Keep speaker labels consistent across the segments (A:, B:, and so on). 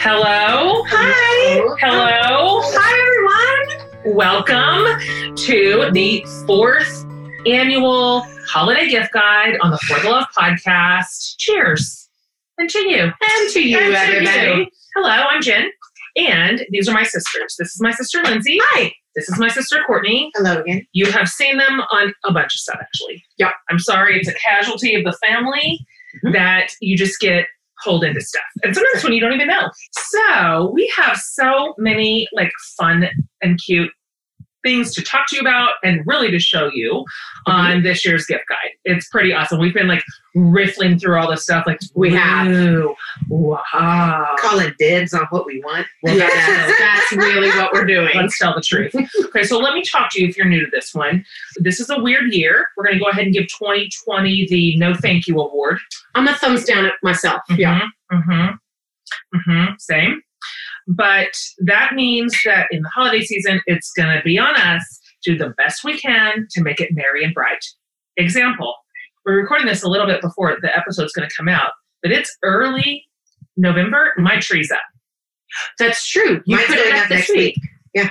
A: Hello.
B: Hi.
A: Hello.
B: Hi, everyone.
A: Welcome to the fourth annual holiday gift guide on the For the Love podcast. Cheers. And to you.
B: And to you,
A: And to
B: everybody.
A: you. Hello, I'm Jen. And these are my sisters. This is my sister Lindsay. Hi. This is my sister Courtney.
B: Hello again.
A: You have seen them on a bunch of stuff, actually.
B: Yep.
A: I'm sorry, it's a casualty of the family
B: Mhm.
A: that you just get pulled into stuff. And sometimes when you don't even know. So we have so many like fun and cute things to talk to you about and really to show you on this year's gift guide. It's pretty awesome. We've been like riffling through all this stuff. Like
B: We have.
A: "Ooh, Wow.
B: Calling dibs on what we want.
A: Well, that's-
B: that's really what we're doing.
A: Let's tell the truth. Okay, so let me talk to you if you're new to this one. This is a weird year. We're going to go ahead and give 2020 the No Thank You Award.
B: I'm a thumbs down at myself.
A: Mm-hmm. Mm-hmm. Same. But that means that in the holiday season, it's going to be on us to do the best we can to make it merry and bright. Example, we're recording this a little bit before the episode's going to come out, but it's early November. My tree's up.
B: That's true. You
C: Mine's
B: put it
C: going
B: up
C: up
B: this
C: next week.
B: week. Yeah.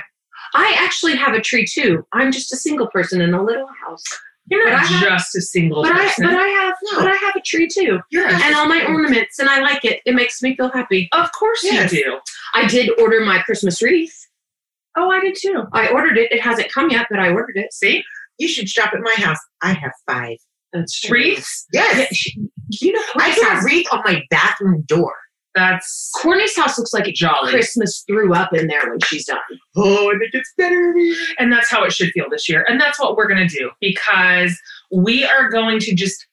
B: I actually have a tree too. I'm just a single person in a little house.
A: You're not
B: But I have-
A: just a single
B: But I
A: person.
B: but I have but I have a tree too.
C: You're
B: And all my ornaments and I like it. It makes me feel happy.
A: of course
C: Yes.
A: you do.
B: I did order my Christmas wreath.
A: Oh, I did too.
B: I ordered it. It hasn't come yet, but I ordered it.
A: See?
C: you should shop at my house. I have five.
B: That's
A: Wreaths.
C: Yes.
B: You know,
C: I got a wreath on my bathroom door.
A: That's
B: Courtney's house looks like it
A: jolly.
B: Christmas threw up in there when she's done.
C: Oh, and it gets better.
A: And that's how it should feel this year. And that's what we're going to do because we are going to just,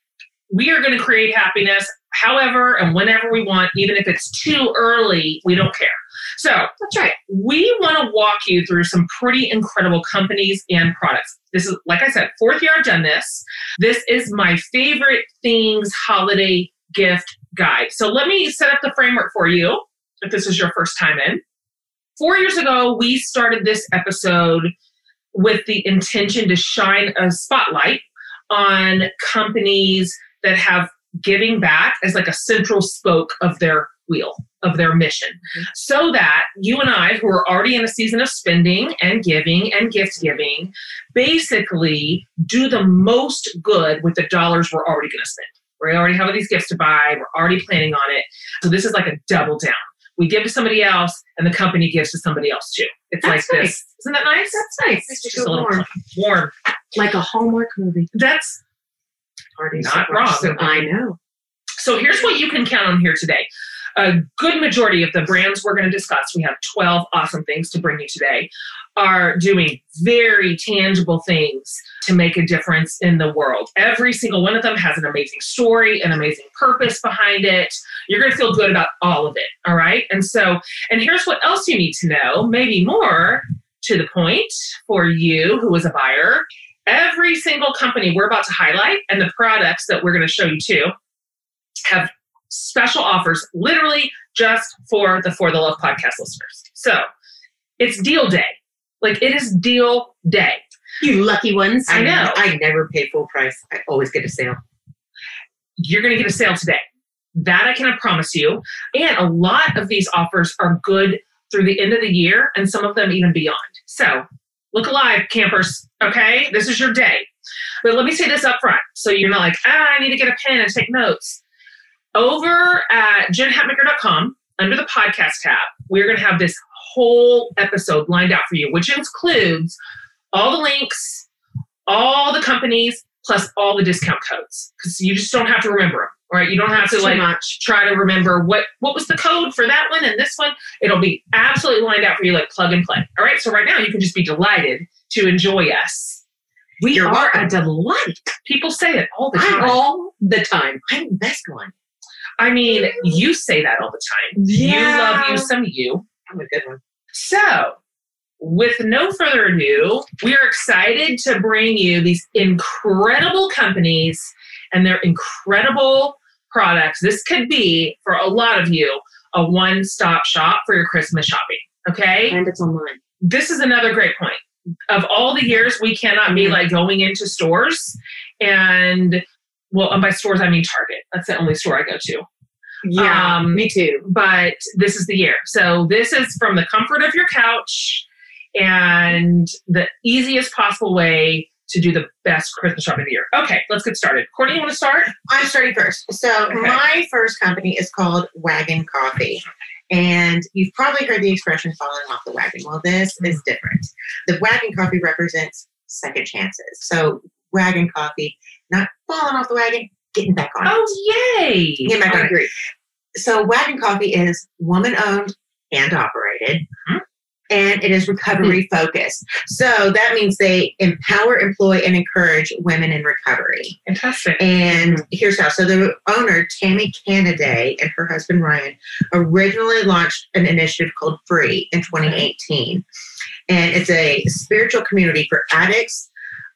A: we are going to create happiness however and whenever we want, even if it's too early, we don't care. So
B: That's right.
A: we want to walk you through some pretty incredible companies and products. This is, like I said, fourth year I've done this. This is my favorite things holiday gift guide. So let me set up the framework for you if this is your first time in. Four years ago, we started this episode with the intention to shine a spotlight on companies that have giving back as like a central spoke of their wheel, of their mission
B: Mm-hmm.
A: so that you and I, who are already in a season of spending and giving and gift giving, basically do the most good with the dollars we're already going to spend. We already have all these gifts to buy, we're already planning on it. So this is like a double down. We give to somebody else, and the company gives to somebody else too. It's
B: That's
A: like
B: nice.
A: this. Isn't that nice?
B: That's nice.
A: It's just a little warm.
B: Like a Hallmark movie.
A: That's
B: Party
A: Not wrong.
B: So I know.
A: So here's what you can count on here today. A good majority of the brands we're going to discuss, we have 12 awesome things to bring you today, are doing very tangible things to make a difference in the world. Every single one of them has an amazing story, an amazing purpose behind it. You're going to feel good about all of it. All right. And so, and here's what else you need to know, maybe more to the point for you who is a buyer. Every single company we're about to highlight and the products that we're going to show you too have special offers literally just for the For the Love podcast listeners. So it's deal day. Like it is deal day.
B: You lucky ones.
A: I know.
C: I never pay full price. I always get a sale.
A: You're going to get a sale today. That I can promise you. And a lot of these offers are good through the end of the year and some of them even beyond. So look alive, campers. Okay. This is your day. But let me say this up front so you're not like, ah, I need to get a pen and take notes. Over at jenhatmaker.com, under the podcast tab, we're going to have this whole episode lined out for you, which includes all the links, all the companies, plus all the discount codes. Because you just don't have to remember them, right? You don't have to
B: Too
A: like
B: much.
A: try to remember what what was the code for that one and this one. It'll be absolutely lined out for you, like plug and play. All right. So right now you can just be delighted to enjoy us.
B: We
C: You're
B: are
C: welcome.
B: a delight.
A: People say it all the
B: I'm
A: time.
B: all the time.
C: I'm the best one.
A: I mean, you say that all the time. You love you some you.
C: I'm a good one.
A: So, with no further ado, we are excited to bring you these incredible companies and their incredible products. This could be for a lot of you a one-stop shop for your Christmas shopping. Okay?
B: And it's online.
A: this is another great point. Of all the years, we cannot be like going into stores and Well, and by stores, I mean Target. That's the only store I go to.
B: Yeah,
A: Um,
B: me too.
A: But this is the year. So this is from the comfort of your couch and the easiest possible way to do the best Christmas shopping of the year. Okay, let's get started. Courtney, you want to start?
C: I'm starting first. So
A: Okay.
C: my first company is called Wagon Coffee. And you've probably heard the expression falling off the wagon. Well, this
A: Mm.
C: is different. The wagon coffee represents second chances. So wagon coffee, not falling off the wagon, getting back on. it.
A: Oh, yay.
C: Yeah, my
A: All right.
C: agree. So Wagon Coffee is woman owned and operated.
A: Mhm.
C: And it is recovery
A: Hmm.
C: focused. So that means they empower, employ, and encourage women in recovery.
A: Fantastic.
C: And here's how. So the owner, Tammy Canaday, and her husband Ryan originally launched an initiative called Free in 2018. And it's a spiritual community for addicts,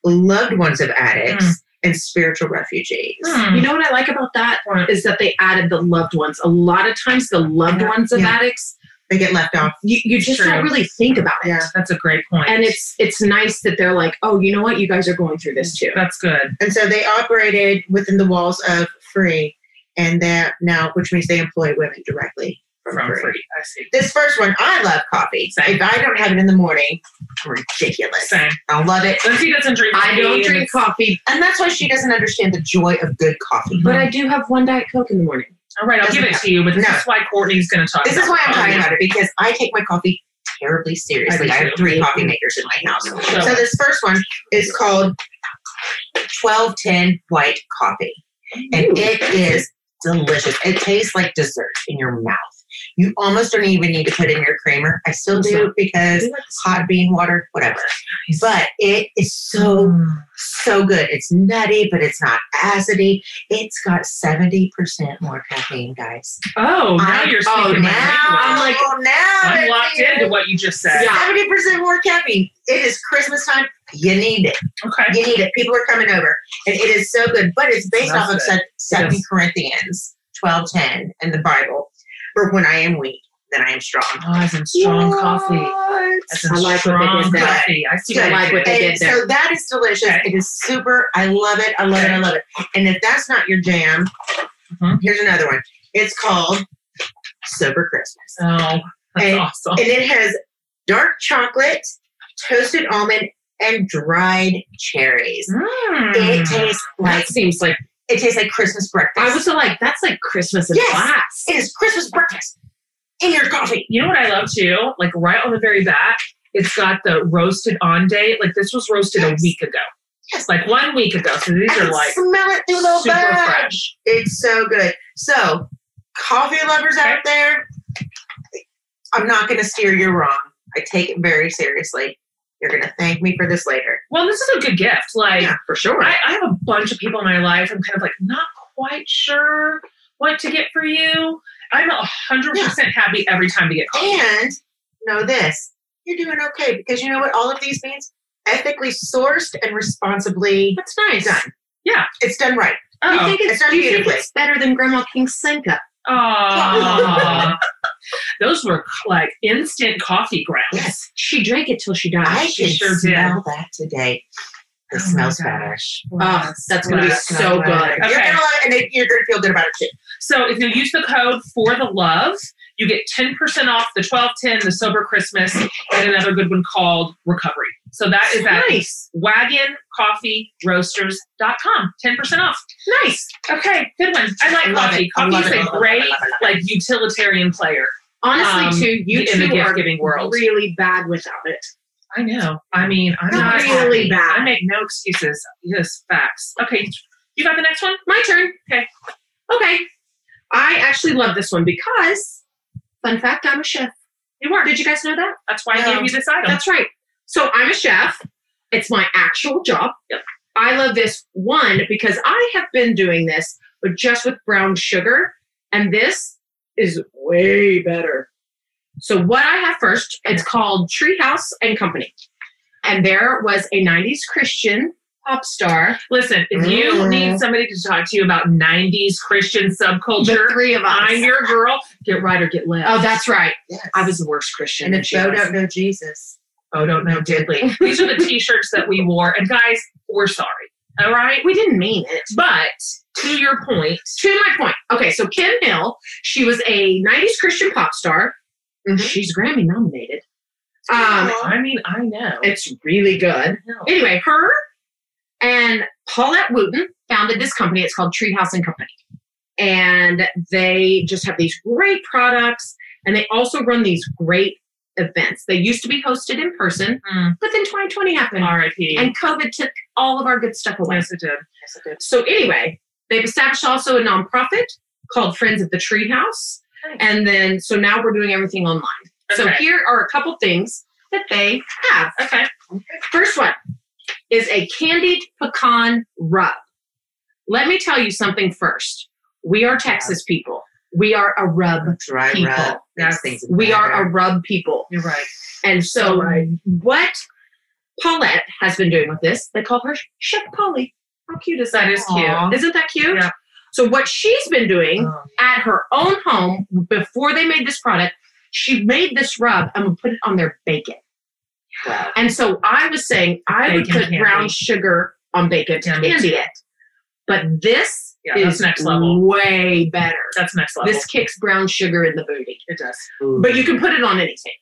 C: loved ones of addicts, and spiritual refugees.
A: Hmm.
B: You know what I like about that
A: Right.
B: is that they added the loved ones. A lot of times, the loved
C: Yeah,
B: ones of
C: yeah.
B: addicts,
C: They get left off.
B: you, you just
A: True.
B: don't really think about it.
C: Yeah.
A: That's a great point.
B: And it's it's nice that they're like, oh, you know what, you guys are going through this too.
A: that's good.
C: And so they operated within the walls of free, and that now, which means they employ women directly from,
A: From
C: free.
A: free. I see.
C: This first one, I love coffee. So if I don't have it in the morning, ridiculous.
A: Same.
C: I'll love it.
A: Lindsay doesn't drink
B: I
A: tea,
B: don't
A: and
B: drink
A: it's-
B: coffee,
C: And that's why she doesn't understand the joy of good coffee.
B: but I do have one diet coke in the morning.
A: All right, I'll give it to you, but this
C: No.
A: is why Courtney's going to talk
C: This
A: about
C: is why I'm
A: it.
C: talking about it because I take my coffee terribly seriously.
A: I
C: I,
A: do
C: have
A: too.
C: three coffee makers in my house.
A: So-
C: So this first one is called 1210 White Coffee. and
B: Ooh.
C: it is delicious. It tastes like dessert in your mouth. You almost don't even need to put in your creamer. I still do because hot bean water, whatever. But it is so,
A: Mm.
C: so good. It's nutty, but it's not acidy. It's got 70% more caffeine, guys.
A: Oh, now
C: I'm-
A: you're
B: oh,
A: speaking my
C: now,
A: language.
C: I'm
A: I'm,
C: like, oh, now it's
A: locked
C: here.
A: into what you just said.
B: Yeah.
C: 70% more caffeine. It is Christmas time. You need it.
A: Okay.
C: You need it. People are coming over. And it is so good. But it's based
A: That's
C: off of
A: good.
C: Sec- Second
A: Yes.
C: Corinthians twelve ten in the Bible. For when I am weak, then I am strong.
A: Oh, as in strong coffee. As in
B: I like what
A: strong
B: they did there.
A: coffee. I see
C: Good.
A: what
B: I like what
A: they
B: they-
A: did.
C: And
B: there.
C: so that is delicious.
A: Okay.
C: It is super. I love it. I love it. I love it. And if that's not your jam,
A: Mhm.
C: here's another one. It's called Sober Christmas.
A: Oh, that's
C: And-
A: awesome.
C: and it has dark chocolate, toasted almond, and dried cherries.
A: Mm.
C: It tastes like
B: That seems like
C: it tastes like Christmas breakfast.
B: I was like, that's like Christmas in
C: Yes.
B: class.
C: it is Christmas breakfast in your coffee.
A: You know what I love too? Like right on the very back, it's got the roasted on date. Like this was roasted a
C: Yes.
A: week ago.
C: Yes.
A: Like one week ago. So these
C: I
A: are
C: can
A: like
C: smell it through the
A: super
C: bag.
A: fresh.
C: It's so good. So, coffee lovers out there, I'm not going to steer you wrong. I take it very seriously. You're going to thank me for this later.
A: Well, this is a good gift. Like
C: yeah, for sure.
A: I, I have a bunch of people in my life. I'm kind of like not quite sure what to get for you. I'm a hundred percent happy every time to get coffee.
C: and know this: you're doing okay because you know what all of these means: ethically sourced and responsibly
B: That's nice.
C: done.
A: Yeah.
C: it's done right.
B: Do you
A: Oh,
B: think
C: It's
B: it's,
C: done
B: do you think
C: beautifully.
B: it's better than Grandma King's Senka?
A: aw. those were like instant coffee grounds.
C: Yes,
B: She drank it till she died.
C: I
A: she
C: can
A: sure did.
C: smell that today. It
A: Oh my
C: smells
A: gosh.
C: better.
B: oh, that's gonna be
A: Yes.
B: so good.
A: Okay.
C: You're gonna love it, and then you're gonna feel good about it too.
A: So if you use the code for the love, you get 10% off the 1210, the sober Christmas, and another good one called recovery. So that is at
B: Nice,
A: wagoncoffeeroasters.com. 10% off.
B: nice.
A: Okay, good one. I like
C: Love
A: coffee.
C: it. I
A: Coffee
C: love
A: is
C: it. I
A: a
C: love it.
A: great,
C: I love it.
A: like, utilitarian player.
B: Honestly,
A: Um,
B: too, you
A: in
B: two
A: the
B: are
A: gift-giving world.
B: really bad without it.
A: I know. I mean, I'm
B: Not
A: not
B: really
A: happy.
B: bad.
A: I make no excuses. Yes, facts. Okay, you got the next one?
B: My turn.
A: Okay.
B: Okay. I actually love this one because, fun fact, I'm a chef.
A: You were.
B: Did you guys know that?
A: That's why I
C: No.
A: gave you this item.
B: That's right. So I'm a chef. It's my actual job.
A: Yep.
B: I love this one because I have been doing this, but just with brown sugar. And this is way better. So what I have first, it's called Treehouse and Company. And there was a 90s Christian pop star.
A: Listen, if you
C: Mm.
A: need somebody to talk to you about 90s Christian
B: Oh, The
A: subculture,
B: three of us.
A: I'm your girl. Get right or get left.
B: oh, that's right.
C: Yes.
B: I was the worst Christian.
C: and if
B: she
C: Joe
B: was.
C: don't know Jesus,
A: oh, don't know, diddly. These are the t-shirts that we wore. And guys, we're sorry. All right.
B: We didn't mean it.
A: But to your point,
B: To my point. Okay, so Kim Hill, she was a 90s Christian pop star.
A: Mm-hmm.
C: Mhm.
B: She's Grammy nominated. Um,
C: Aw.
A: I mean, I know.
B: it's really good.
A: No.
B: Anyway, her and Paulette Wooten founded this company. It's called Treehouse and Company. And they just have these great products and they also run these great events. They used to be hosted in person,
A: Mm.
B: but then 2020 happened
A: R.I.P.
B: and COVID took all of our good stuff away.
A: yes, it did.
B: So anyway, they've established also a nonprofit called Friends at the Treehouse.
A: Nice.
B: And then so now we're doing everything online. So
A: Okay.
B: here are a couple things that they have.
A: Okay.
B: First one is a candied pecan rub. Let me tell you something first. We are Texas people. We are a rub.
C: Dry
B: People.
C: rub.
A: Yes.
C: Yes. Things
B: We are a
C: better.
B: rub people.
A: You're right.
B: And so,
A: right.
B: what Paulette has been doing with this, they call her Chef Polly. How cute is that?
A: That is cute.
C: Aw.
B: Isn't that cute?
A: Yeah.
B: So what she's been doing
A: Oh.
B: at her own home before they made this product, she made this rub and would put it on their bacon.
C: Wow.
B: And so I was saying I would
A: Bacon
B: put
A: candy.
B: brown sugar on bacon to
A: Yeah, me
B: candy it. But this
A: Yeah, that's
B: is
A: next level.
B: way better.
A: That's next level.
B: This kicks brown sugar in the booty.
A: it does.
C: Ooh.
B: But you can put it on anything.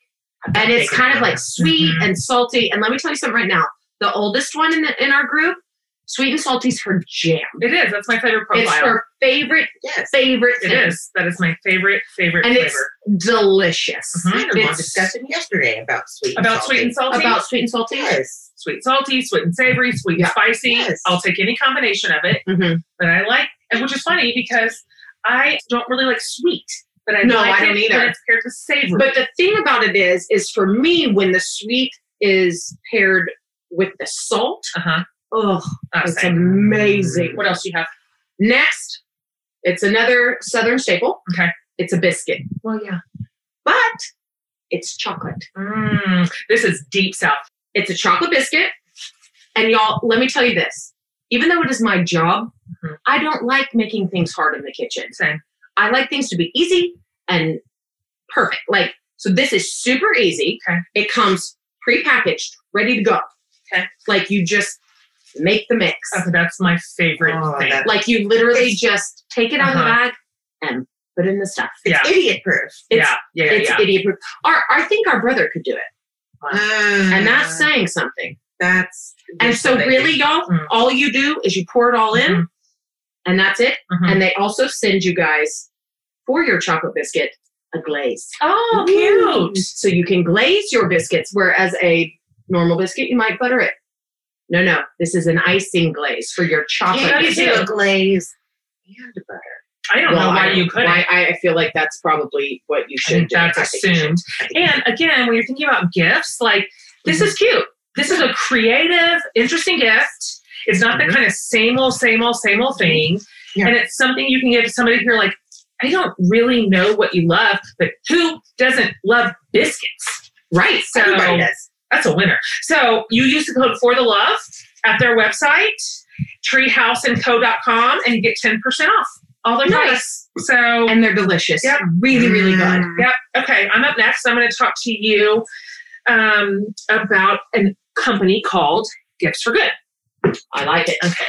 B: And it's kind of like
C: Mhm.
B: sweet
A: Mm-hmm.
B: and salty. And let me tell you something right now. The oldest one in the in our group, sweet and salty's her jam.
A: It is. That's my favorite profile.
B: It's her favorite,
C: Yes.
B: favorite
A: It
B: thing.
A: is. That is my favorite, favorite
B: And
A: flavor.
B: it's delicious.
A: Mhm.
C: I had a long
B: It's-
C: discussion yesterday about sweet. and
A: About
C: salty.
A: sweet and salty.
B: About sweet and salty.
C: Yes.
A: sweet and salty, sweet and savory, sweet
B: Yeah.
A: and spicy.
C: Yes.
A: I'll take any combination of it
B: Mhm.
A: that I like. And which is funny because I don't really like sweet, but I
B: No,
A: like
B: I
A: it
B: don't either.
A: when it's paired with savory.
B: But the thing about it is, is for me, when the sweet is paired with the salt,
A: uh-huh.
B: oh,
A: I was
B: it's
A: saying.
B: amazing.
A: What else do you have?
B: Next, it's another Southern staple.
A: Okay.
B: It's a biscuit,
A: Well, yeah.
B: but it's chocolate.
A: Mm, this is deep south.
B: It's a chocolate biscuit. And y'all, let me tell you this. Even though it is my job,
A: Mhm.
B: I don't like making things hard in the kitchen.
A: Same.
B: I like things to be easy and perfect. Like, so this is super easy.
A: Okay.
B: It comes prepackaged, ready to go.
A: Okay.
B: Like you just make the mix.
A: Okay, that's my favorite
C: Oh,
A: thing.
C: that-
B: Like you literally
C: It's-
B: just take it out of the bag and put in the stuff.
A: Uh-huh. Yeah.
C: Idiot proof.
B: It's,
A: yeah, yeah, yeah.
B: it's
A: yeah.
B: idiot proof. Our, I think our brother could do it. And Ah, that's saying something.
C: that's
B: And so, really, y'all,
A: Mm.
B: all you do is you pour it all in,
A: Mhm.
B: and that's it.
A: Mhm.
B: And they also send you guys for your chocolate biscuit a glaze.
A: Oh,
B: Ooh.
A: cute.
B: So you can glaze your biscuits, whereas a normal biscuit you might butter it. No, no, this is an icing glaze for your chocolate.
C: you
A: you
C: can
B: biscuit.
C: do
A: do.
C: a glaze and a butter.
A: I don't
B: Well,
A: know why
B: I-
A: you couldn't.
B: why- I, I feel like that's probably what you
A: I
B: should
A: think
B: do.
A: that's
B: I think you should. Mm-hmm.
A: assumed. And again, when you're thinking about gifts, like this is cute. This is a creative, interesting gift. It's not
B: Mm-hmm.
A: the kind of same old, same old, same old thing.
C: Yeah.
A: And it's something you can give to somebody who are like, I don't really know what you love, but who doesn't love biscuits?
B: Right.
A: So
C: Everybody does.
A: that's a winner. So you use the code for the love at their website, treehouseandco.com, and you get 10% off all their
B: Nice.
A: products. So
B: And they're delicious.
A: Yep.
B: Really, really good.
C: Mm.
A: Yep. Okay. I'm up next. I'm going to talk to you um, about a company called Gifts for Good.
B: I like it. Okay.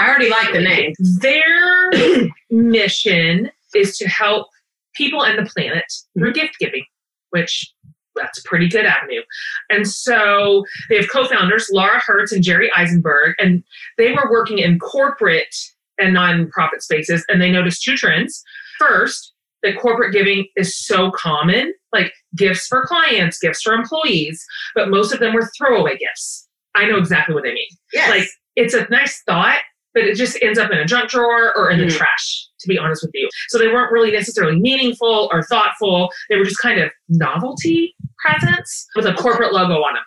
B: I already like the name.
A: Their mission is to help people and the planet through gift giving, which that's a pretty good avenue. And so they have co founders Laura Hertz and Jerry Eisenberg, and they were working in corporate and nonprofit spaces, and they noticed two trends. First, that corporate giving is so common, like gifts for clients, gifts for employees, but most of them were throwaway gifts. I know exactly what they mean
C: Yes.
A: like it's a nice thought but it just ends up in a junk drawer or in the
B: Mhm.
A: trash to be honest with you so they weren't really necessarily meaningful or thoughtful they were just kind of novelty presents with a corporate logo on them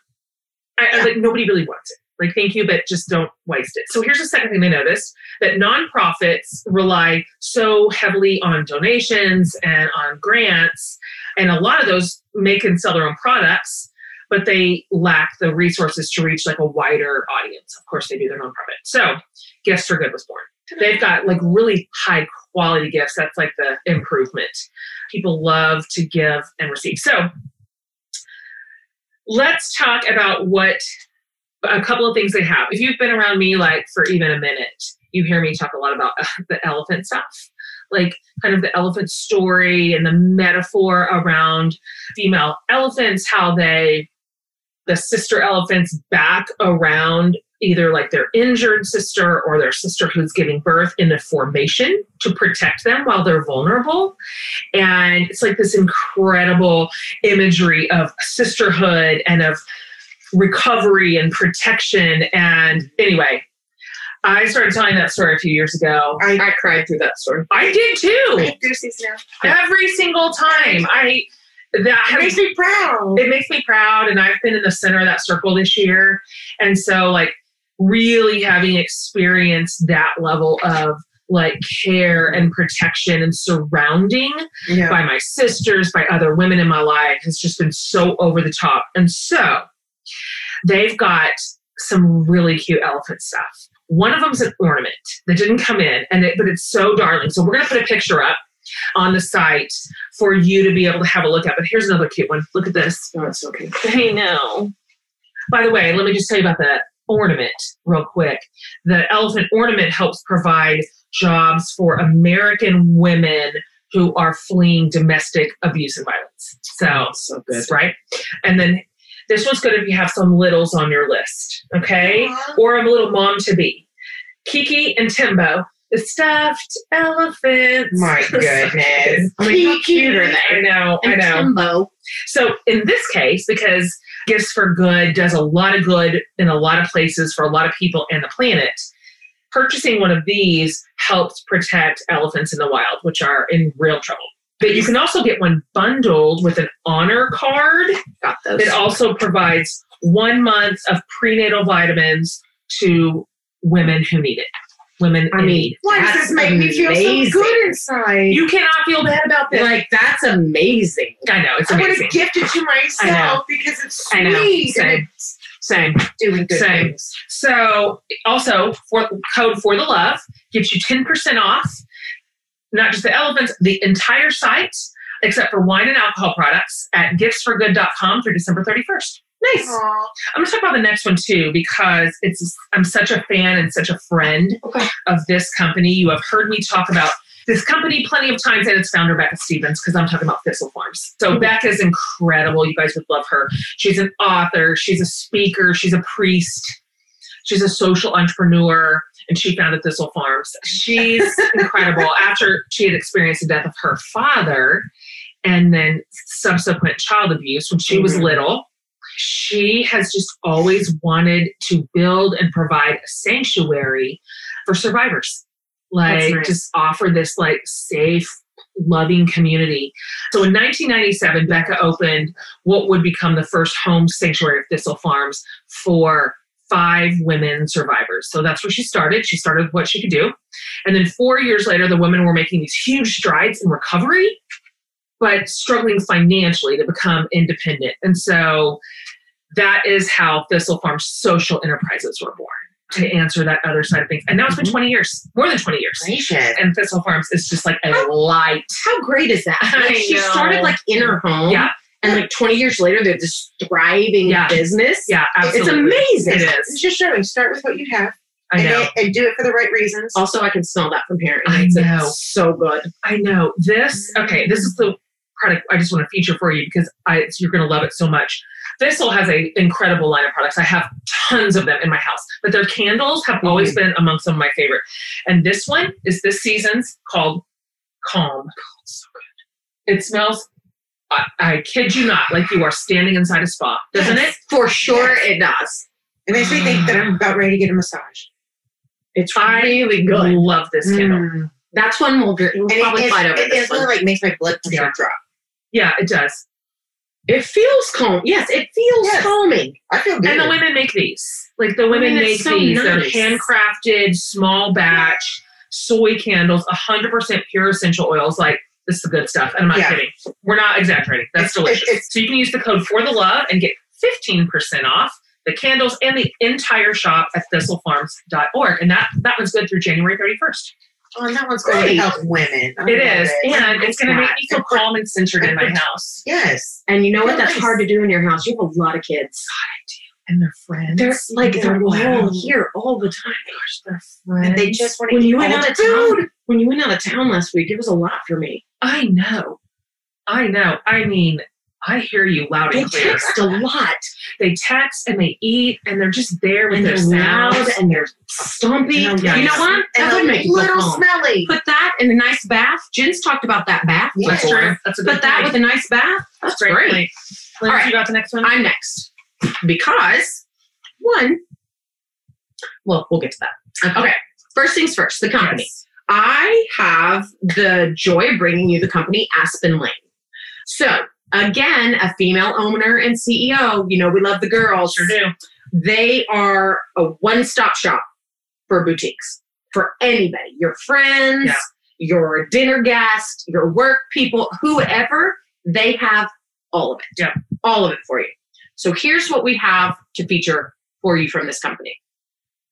A: I, I-
C: Yeah.
A: like nobody really wants it like thank you but just don't waste it so here's the second thing they noticed that nonprofits rely so heavily on donations and on grants and a lot of those make and sell their own products but they lack the resources to reach like a wider audience. Of course, they do their nonprofit. So, Gifts for Good was born. They've got like really high quality gifts. That's like the improvement. People love to give and receive. So, let's talk about what a couple of things they have. If you've been around me like for even a minute, you hear me talk a lot about the elephant stuff, like kind of the elephant story and the metaphor around female elephants, how they, the sister elephants back around either like their injured sister or their sister who's giving birth in a formation to protect them while they're vulnerable. And it's like this incredible imagery of sisterhood and of recovery and protection. And anyway, I started telling that story a few years ago.
C: I
B: I cried through that story.
A: I did too.
C: like Goosey's now.
A: Every single time. I that
C: It
A: has
C: makes me proud.
A: it makes me proud and i've been in the center of that circle this year and so like really having experienced that level of like care and protection and surrounding
C: Yeah.
A: by my sisters by other women in my life has just been so over the top and so they've got some really cute elephant stuff one of them's an ornament that didn't come in and it, but it's so darling so we're going to put a picture up on the site for you to be able to have a look at but here's another cute one look at this
B: No, it's okay.
A: I know. By the way, let me just tell you about that ornament real quick. The elephant ornament helps provide jobs for American women who are fleeing domestic abuse and violence. So,
B: So good.
A: right? And then this one's good if you have some littles on your list, okay?
C: Aw.
A: Or a little mom to be. Kiki and Timbo, the stuffed elephants.
C: My goodness.
B: I mean, how cute are they?
A: I know, I
B: And
A: know.
B: Timbo.
A: So in this case, because Gifts for Good does a lot of good in a lot of places for a lot of people and the planet, purchasing one of these helps protect elephants in the wild, which are in real trouble. But you can also get one bundled with an honor card
B: Got those.
A: it also provides one month of prenatal vitamins to women who need it. Women,
B: I
A: in
B: mean,
A: need.
C: Why does this
B: That's
C: make me feel so
B: amazing.
C: good inside?
A: you cannot feel bad about this.
B: Like that's amazing.
A: I know it's
C: I would
A: amazing.
C: have gifted to
A: I
C: myself because it's
A: I
C: sweet
A: know.
C: and
A: Same.
C: it's
A: Same.
C: doing good
A: Same.
C: things.
A: So also for code for the love gets you 10% off, not just the elephants, the entire site, except for wine and alcohol products at giftsforgood.com through December 31st. Nice.
C: Aw.
A: I'm gonna talk about the next one too because it's I'm such a fan and such a friend
B: Okay.
A: of this company. You have heard me talk about this company plenty of times and its founder Becca Stevens because I'm talking about Thistle Farms. So Becca is incredible. You guys would love her. She's an author. She's a speaker. She's a priest. She's a social entrepreneur, and she founded Thistle Farms. She's incredible. After she had experienced the death of her father, and then subsequent child abuse when she was
B: Mhm.
A: little. She has just always wanted to build and provide a sanctuary for survivors. Like,
B: nice.
A: just offer this, like, safe, loving community. So in 1997, Becca opened what would become the first home sanctuary of Thistle Farms for five women survivors. So that's where she started. She started with what she could do. And then four years later, the women were making these huge strides in recovery but struggling financially to become independent. And so that is how Thistle Farm social enterprises were born to answer that other side of things. And now it's been
B: Mhm.
A: 20 years, more than 20 years.
C: Gracious.
A: And Thistle Farms is just like a light.
B: How great is that?
A: I
B: Like, she
A: know.
B: started like in her home.
A: Yeah.
B: And like 20 years later, they're this thriving
A: Yeah.
B: business.
A: Yeah,
B: It's
A: absolutely.
B: amazing.
A: It is.
C: It's just showing. Start with what you have
A: I
C: and,
A: know.
C: it- and do it for the right reasons.
B: Also, I can smell that from here.
A: I
B: It's
A: know.
B: so good.
A: I know. This, okay, this is the product I just want to feature for you because I, it's- you're going to love it so much. Thistle has an incredible line of products. I have tons of them in my house, but their candles have always been among some of my favorite. And this one is this season's called Calm. so good. It smells, I, I kid you not, like you are standing inside a spa, doesn't it?
B: For sure, it does.
C: It makes me think that I'm about ready to get a massage.
B: It's
A: I
B: really
A: I
B: good.
A: love this candle.
C: Mm.
B: That's one we'll, get- we'll
C: And it,
B: probably
C: it,
B: fight over
C: it
B: this
C: instantly
B: one.
C: like makes my blood pressure
A: Yeah.
C: drop.
A: Yeah, it does.
B: It feels calm. Yes, it feels
C: Yes.
B: calming.
C: I feel good.
A: And the women make these. Like the women
B: mean, it's
A: make
B: so
A: these.
B: nice.
A: They're handcrafted, small batch, soy candles, 100% pure essential oils. Like, this is the good stuff. And I'm not
C: Yeah.
A: kidding. We're not exaggerating. That's
C: It's-
A: delicious.
C: it's-
A: so you can use the code for the love and get 15% off the candles and the entire shop at thistlefarms.org. And that, that one's good through January 31st.
C: oh, and that one's going
B: Great.
C: to help women. I
A: It
C: love
A: is. And it's going to make
B: that.
A: me feel calm and centered in my house.
C: yes.
B: And you know what?
C: Oh,
B: That's
C: nice.
B: hard to do in your house. You have a lot of kids.
A: and their friends.
B: They're like
A: Yeah.
B: they're
A: Wow.
B: all here all the time.
A: Gosh, their friends.
C: And they just want to
B: When
C: eat
B: you went
C: all
B: out
C: the
B: of town,
C: food.
B: when you went out of town last week, it was a lot for me.
A: I know. I know. I mean, I hear you loud
B: They
A: and clear.
B: text a lot,
A: They text and they eat and they're just there with
B: and
A: their
B: they're loud,
A: sounds.
B: and they're stumpy.
C: And
B: You know what? That would
C: And
B: make
C: a
B: you go
C: little
B: home.
C: smelly.
B: Put that in a nice bath. Jen's talked about that bath.
C: Yeah.
A: That's
B: before.
A: true. That's a good
B: Put that
A: point.
B: with a nice bath. That's
A: Great
B: great.
A: point. Liz,
B: All right.
A: you got the next one?
B: I'm next because one. Well, we'll get to that. Okay. First things first. The company.
A: Yes.
B: I have the joy of bringing you the company Aspen Lane. So again, a female owner and CEO. You know we love the girls.
A: Sure do.
B: They are a one-stop shop for boutiques for anybody. Your friends,
A: Yeah.
B: your dinner guest, your work people, whoever. They have all of it.
A: Yeah.
B: All of it for you. So here's what we have to feature for you from this company.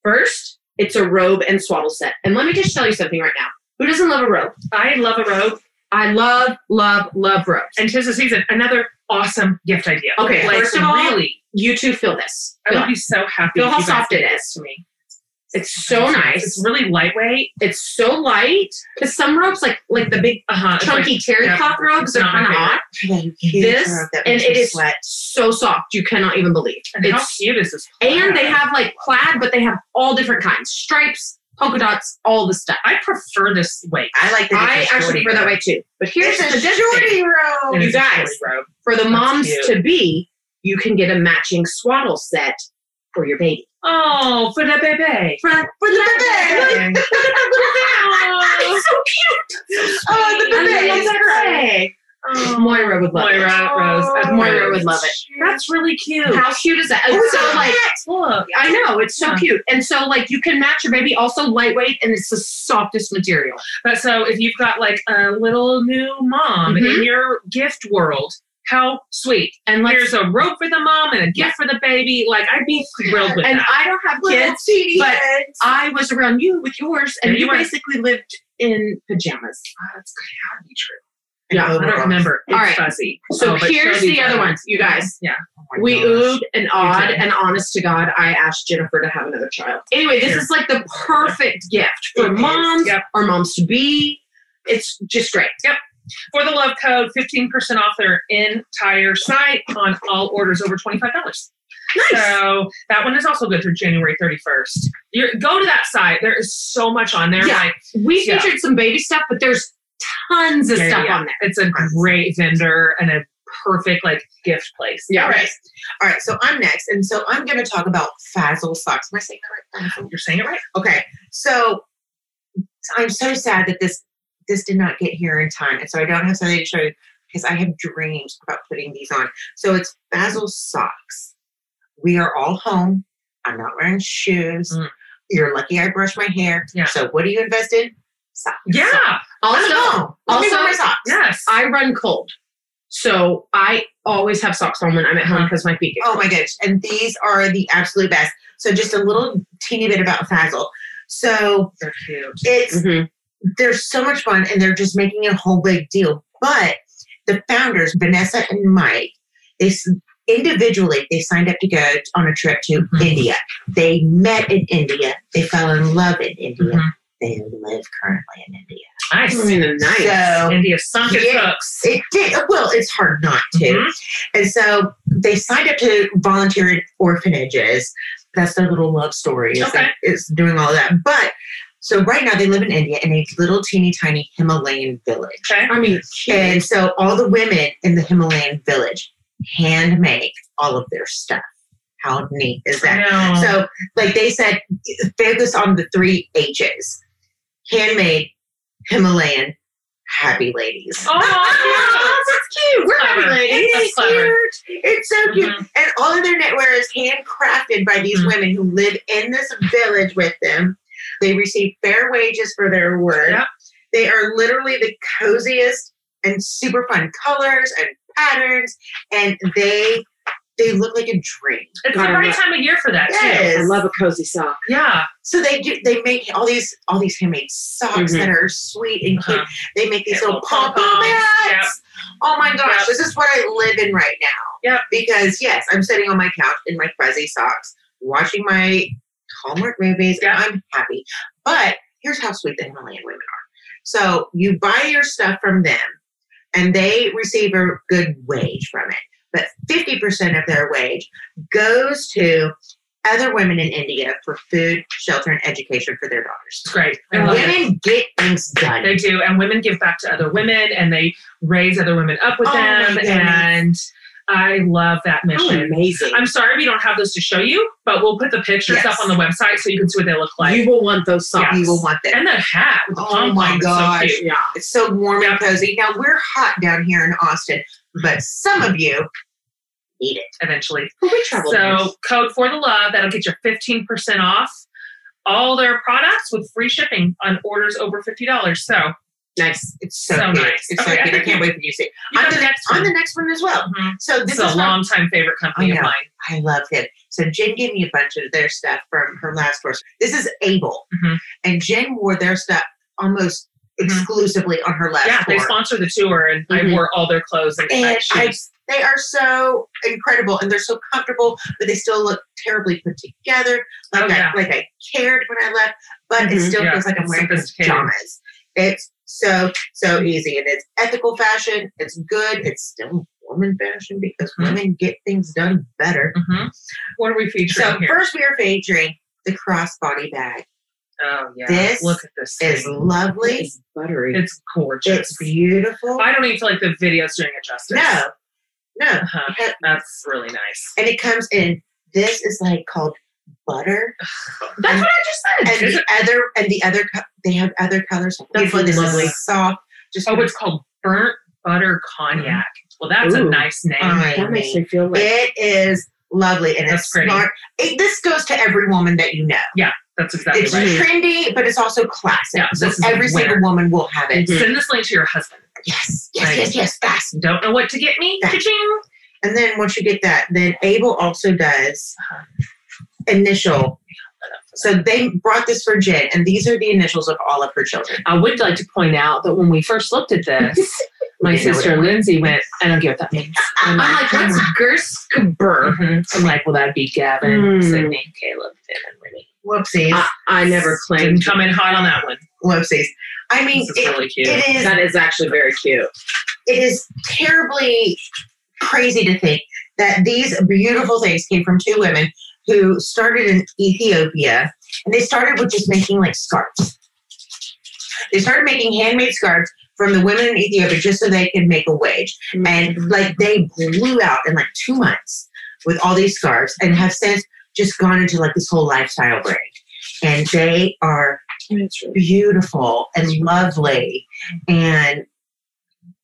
B: First, it's a robe and swaddle set. And let me just tell you something right now. Who doesn't love a robe?
A: I love a robe.
B: I love, love, love robes. And
A: And tis the season. Another awesome gift idea.
B: Okay,
A: Like,
B: first of all,
A: really,
B: you two feel this.
A: I
B: Feel
A: would be so happy.
B: Feel
A: if
B: how
A: you guys
B: soft
A: did
B: it
A: this
B: is.
A: to me.
B: It's so
A: It's
B: nice.
A: really lightweight.
B: It's so light. Because some robes, like like the big
A: Uh huh.
B: chunky terry
A: yeah,
B: cloth robes, are
A: not my
B: kind of
A: favorite.
B: hot.
C: Huge
B: This
C: robe that
B: and
C: makes
B: it
C: you
B: is
C: sweat.
B: so soft. You cannot even believe.
A: and how
B: It's
A: cute is this?
B: and they have like plaid, but they have all different kinds: stripes, polka dots, all the stuff.
A: I prefer this weight.
C: I like that.
B: I
C: it's a
B: actually
C: shorty
B: prefer that
C: robe.
B: way too. But here's
C: It's
B: the
C: a
B: difference.
C: shorty robe.
A: It is a
B: Oh, guys.
A: silly robe.
B: for the moms
A: cute.
B: to be, you can get a matching swaddle set for your baby.
A: Oh, for the baby.
B: For, for the
C: baby.
A: Okay.
B: It's so
C: Oh, the
B: cute.
C: baby.
B: And then it's-
A: Oh,
B: Moira would love
A: Moira.
B: it.
A: Rose,
C: Oh,
B: Moira would love it.
A: that's really cute.
B: How cute is that? And
C: Oh,
B: so like
A: Look.
B: I know it's so
A: Yeah.
B: cute, and so like you can match your baby. Also lightweight, and it's the softest material.
A: But so if you've got like a little new mom in
B: Mhm.
A: your gift world, how sweet.
B: And like,
A: There's a rope for the mom and a gift for the baby. Like I'd be thrilled with
B: and
A: that.
B: I don't have
C: Little
B: kids.
C: teeny
B: but
C: heads.
B: I was around you with yours, and
A: Yeah, you
B: you
A: were.
B: basically lived in pajamas.
A: Oh, that's gotta be true.
B: yeah, I
A: I don't remember. It's
B: All right.
A: fuzzy.
B: So
A: Oh, but
B: here's
A: she'll be
B: the other
A: fine.
B: ones, you guys.
A: Yeah.
C: Oh my
B: We
C: gosh.
B: oohed and awed,
A: did.
B: and honest to God, I asked Jennifer to have another child. Anyway, this
A: Here.
B: is like the perfect gift for
C: It is.
B: moms
A: Yep.
B: or moms to be. It's just great.
A: For the love code, 15% off their entire site on all orders over $25. So that one is also good through January 31st. You're, go to that site. There is so much on there.
B: Yeah.
A: Like,
B: we
A: yeah.
B: featured some baby stuff, but there's tons of
A: Yeah, yeah,
B: stuff
A: yeah.
B: on there.
A: it's a great vendor and a perfect like gift place.
B: Yeah.
C: All right. All right. So I'm next. And so I'm going to talk about Fazzle socks. Am I saying that right? Fazzle?
A: You're saying it right.
C: Okay. So I'm so sad that this this did not get here in time. And so I don't have something to show you because I have dreams about putting these on. So it's Basil socks. We are all home. I'm not wearing shoes.
A: Mm.
C: You're lucky I brushed my hair.
A: Yeah.
C: So what do you invest in? Socks. Socks.
A: Yeah.
C: I'm
B: Also,
C: home. Let me
B: also-
C: wear my socks.
A: Yes.
B: I run cold, so I always have socks on when I'm at home because my feet get
C: Oh my gosh. And these are the absolute best. So just a little teeny bit about Fazzle. So
A: They're cute.
C: it's
B: Mhm.
C: they're so much fun and they're just making a whole big deal. But the founders, Vanessa and Mike, they s- individually they signed up to go on a trip to
A: Mhm.
C: India. They met in India. They fell in love in India.
A: Mhm.
C: They live currently in India.
B: I
A: Nice.
B: mean, they're nice.
C: So
A: India sunk its
C: Yeah.
A: hooks.
C: it did well. It's hard not to.
A: Mhm.
C: And so they signed up to volunteer at orphanages. That's their little love story. Is,
A: Okay.
C: is doing all that. But so right now they live in India in a little teeny tiny Himalayan village.
A: Okay.
B: I mean, cute.
C: And so all the women in the Himalayan village hand make all of their stuff. How neat is that?
A: I know.
C: So, like they said, focus on the three H's handmade, Himalayan, happy ladies.
A: Oh,
C: that's cute. We're
A: Clever.
C: happy ladies.
A: That's
C: It's
A: clever.
C: cute. It's so cute.
A: Mhm.
C: And all of their knitwear is handcrafted by these
A: Mhm.
C: women who live in this village with them. They receive fair wages for their work.
A: Yep.
C: They are literally the coziest and super fun colors and patterns, and they they look like a dream.
A: it's the
B: God, I
A: right
B: love-
A: time of year for that too.
C: Yes.
B: I love a cozy sock.
A: Yeah.
C: So they do. They make all these all these handmade socks
B: Mhm.
C: that are sweet and cute.
A: Uh-huh.
C: They make these
A: Yeah,
C: little
A: little
C: pom
A: pom-poms.
C: pom hats. Oh my gosh,
A: Yep.
C: this is what I live in right now.
A: Yep.
C: Because yes, I'm sitting on my couch in my fuzzy socks, watching my Hallmark movies,
A: Yep.
C: and I'm happy. But here's how sweet the Himalayan women are. So you buy your stuff from them, and they receive a good wage from it. But 50% of their wage goes to other women in India for food, shelter, and education for their daughters.
A: It's great. I
B: Oh.
A: love it.
C: Women get things done.
A: They do, and women give back to other women, and they raise other women up with
C: Oh, my
A: them,
C: goodness.
A: and I love that
B: How
A: mission.
B: amazing.
A: I'm sorry we don't have those to show you, but we'll put the pictures
C: Yes.
A: up on the website so you can see what they look like.
B: you will want those socks.
C: you will want that.
A: and that hat. With the
C: Oh my
A: pom-pom is
C: gosh.
A: So cute.
B: Yeah.
C: It's so warm and cozy. Now we're hot down here in Austin, but some of you need it.
A: Eventually,
C: But we travel.
A: So code for the love that'll get you fifteen percent off all their products with free shipping on orders over fifty dollars. So
B: Nice.
C: it's so,
A: so
C: cute.
A: nice.
C: It's
A: Okay, I
C: so cute. I
A: think
C: can't wait for you to see. it.
A: you
C: I'm
A: got
C: the
A: the next
C: I'm
A: one.
C: the next one as well.
A: Mhm.
C: So
A: This
C: this
A: is
C: is Oh,
A: a
C: my-
A: long time favorite company of
C: I know.
A: mine.
C: I love it. So Jen gave me a bunch of their stuff from her last course. This is Able,
A: Mhm.
C: and Jen wore their stuff almost
A: Mhm.
C: exclusively on her last
A: Yeah,
C: tour.
A: they sponsor the tour, and I
B: Mhm.
A: wore all their clothes and,
C: Mm-hmm. And
A: uh,
C: I-
A: shoes.
C: They are so incredible and they're so comfortable, but they still look terribly put together. Like
A: Oh, yeah. Mm-hmm.
C: I like I cared when I left, but it
B: Mhm,
C: still
A: yeah.
C: feels like I'm wearing
A: Sophisticated.
C: pajamas. It's so so easy and it's ethical fashion. It's good. It's still woman fashion because
A: Mhm.
C: women get things done better.
A: Mhm. What are we featuring
C: So
A: here?
C: first we are featuring the crossbody bag.
A: oh yeah,
C: this
A: look at this.
C: It's
A: thing.
C: lovely.
B: It's buttery.
A: It's gorgeous.
C: It's beautiful.
A: I don't even feel like the video's doing it justice.
C: No, no.
A: Uh-huh.
C: It-
A: that's really nice.
C: And it comes in. This is like called butter.
A: That's what I just
C: and
A: said. Is
C: the
A: it-
C: other and the other co- they have other colors.
A: That's
C: Beautiful. This
A: lovely.
C: is soft. Just
A: oh, it's called burnt butter cognac. Well, that's a
B: Ooh.
A: nice name.
C: I
B: that makes
C: mean,
B: me feel like
C: it is lovely and
A: That's
C: it's
A: pretty.
C: smart. It, this goes to every woman that you know.
A: that's exactly
C: it's
A: right.
C: trendy, but it's also classic.
A: Yeah,
C: so
A: this is
C: every
A: where-
C: single woman will have it.
B: Mhm.
A: Send this link to your husband.
C: Yes, yes,
A: Right.
C: yes, yes, fast.
A: Don't know what to get me?
C: Yeah.
A: Cha-ching!
C: And then once you get that, then Abel also does initial. So they brought this for Jen, and these are the initials of all of her children.
D: I would like to point out that when we first looked at this, my
C: You know
D: sister Lindsay went, I don't get what that means.
B: I'm
D: And
B: like, that's Gerskaber.
D: Mhm. I'm like, well, that'd be Gavin,
B: Hmm.
A: Mm.
D: Sydney, Caleb, Finn, and Renee.
C: Whoopsies,
B: I, I never
A: Didn't
B: claimed
A: come in hot on that one.
C: Uh, whoopsies. I mean,
A: This is
C: it,
A: really cute.
C: it is
B: that is actually very cute.
C: it is terribly crazy to think that these beautiful things came from two women who started in Ethiopia and they started with just making like scarves. They started making handmade scarves from the women in Ethiopia just so they could make a wage. And like they blew out in like two months with all these scarves and have since just gone into like this whole lifestyle brand. And they are
B: It's really-
C: beautiful and lovely. And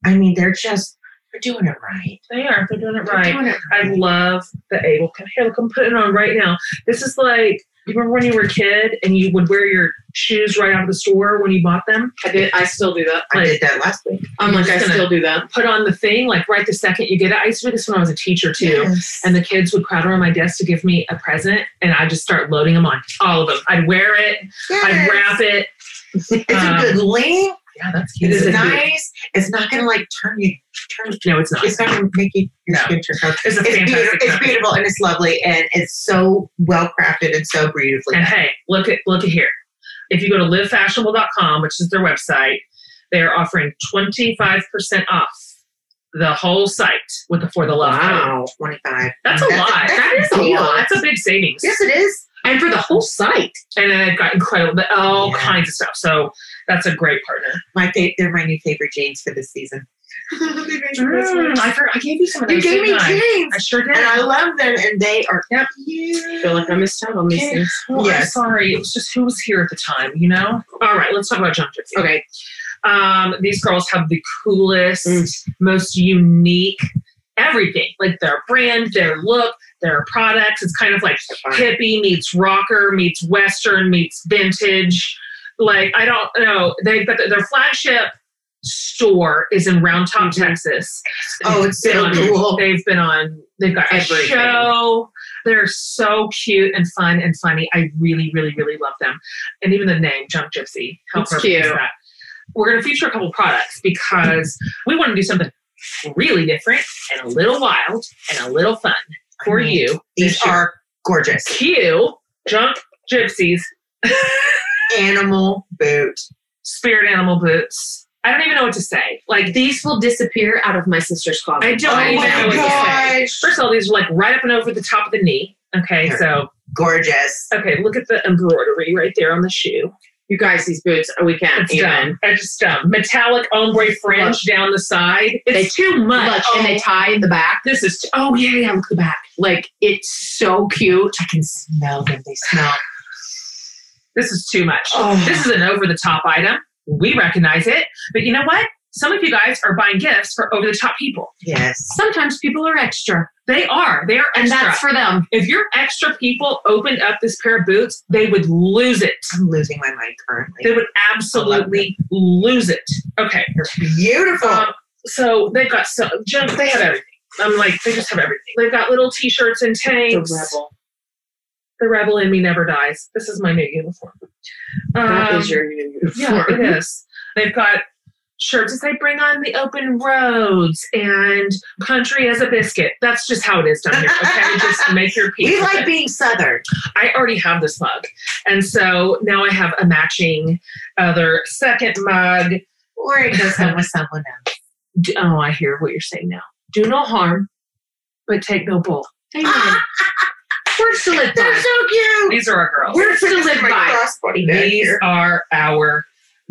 C: I mean, they're just, they're doing it right.
A: They are. They're doing it
C: They're
A: right.
C: doing it
A: I
C: right.
A: love the Abel. Come here, look, I'm putting it on right now. This is like, you remember when you were a kid and you would wear your shoes right out of the store when you bought them?
B: I did. I still do that.
C: I did that last week.
B: I'm
A: I'm
B: like,
A: just
B: I
A: gonna-
B: still do that.
A: Put on the thing, like right the second you get it. I used to do this when I was a teacher too. And the kids would crowd around my desk to give me a present, and I just start loading them on all of them. I'd wear it, I'd wrap it.
C: It's a good length.
A: Yeah, that's
C: um, It
A: cute.
C: is
A: It's not-
C: nice. It's not going to like turn you, turn,
A: No, it's not.
C: it's not going to make you, your
A: No.
C: skin turn color.
A: It's a
C: It's
A: fantastic
C: beautiful, it's
A: company.
C: beautiful and it's lovely and it's so well crafted and so beautifully.
A: And hey, look at look at here. If you go to livefashionable.com, which is their website, they are offering 25% off the whole site with the for the love. code.
B: Wow.
C: 25.
A: That's a
C: That's a-
A: lot.
C: that's
A: that is a
B: a
A: lot.
B: lot.
A: That's a big savings.
C: Yes, it is.
B: And for the whole site.
A: And then I've got incredible all
C: Yeah.
A: kinds of stuff. So that's a great partner.
C: My fa- They're my new favorite jeans for this season. They made this
A: Mm,
C: one.
A: I, for- I gave you some of
C: you
A: those.
C: gave me
A: didn't I?
C: jeans.
A: I sure did.
C: and I love them, and they are
A: Yep.
C: cute.
B: I feel like I missed out on these
A: Okay.
B: things.
A: Well, I'm
C: Yes.
A: sorry. It was just who was here at the time, you know? All right, let's talk about John Gypsy.
B: Okay.
A: Um, these girls have the coolest,
B: Mm.
A: most unique everything. Like their brand, their look, their products. It's kind of like hippie meets rocker meets western meets vintage. Like I don't know. They but their flagship store is in Round Top,
B: Mhm.
A: Texas.
C: Mm-hmm. Oh, it's
A: They've
C: so
A: been on-
C: cool.
A: They've been on. They've got a
B: Everything.
A: show. They're so cute and fun and funny. I really, really, really love them. And even the name Junk Gypsy. How
B: It's
A: perfect is
B: cute.
A: that? We're going to feature a couple products because we want to do something really different and a little wild and a little fun for
C: I mean,
A: you.
C: These
A: this year.
C: are gorgeous.
A: Cue Drunk Gypsies,
C: Animal boot.
A: Spirit Animal Boots. I don't even know what to say. Like,
B: These will disappear out of my sister's closet.
A: I don't
B: Oh
A: even
B: my
A: know what to
B: God.
A: say. First of all, these are like right up and over the top of the knee. Okay,
C: Yeah.
A: so
C: Gorgeous.
A: okay, look at the embroidery right there on the shoe.
B: You guys, these boots, we can't
A: It's
B: even.
A: dumb. It's just dumb. Metallic ombre fringe down the side. It's too much. Oh,
D: Look, and they tie in the back.
A: this is oh yeah yeah look at the back.
D: Like it's so cute. I can smell them. They smell.
A: This is too much.
C: Oh.
A: This is an over the top item. We recognize it, but you know what? Some of you guys are buying gifts for over the top people.
C: Yes.
D: Sometimes people are extra,
A: They are. They are
D: and
A: extra.
D: that's for them.
A: if your extra people opened up this pair of boots, they would lose it.
C: I'm losing my mind
A: They
C: currently.
A: would absolutely lose it. Okay.
C: They're beautiful.
A: Um, so they've got so junk. They have everything. I'm like, they just have everything. They've got little t-shirts and tanks. The rebel in me never dies. This is my new uniform.
B: That
A: Um,
B: is your new
A: yeah,
B: uniform.
A: it is. They've got shirts that say "Bring on the open roads" and "Country as a biscuit." That's just how it is down here. Okay, just make your peace.
C: we
A: with it.
C: like being southern.
A: I already have this mug. And so now I have a matching other second mug.
C: Or it goes home with someone else.
A: D- Oh, I hear what you're saying now. Do no harm, but take no bull.
D: Amen.
B: Ah,
D: Words to live
C: They're
D: by.
C: so cute.
A: These are our girls.
C: We're
D: still
C: still in
D: in
C: my
D: by.
C: crossbody bag
A: These
C: here.
A: are our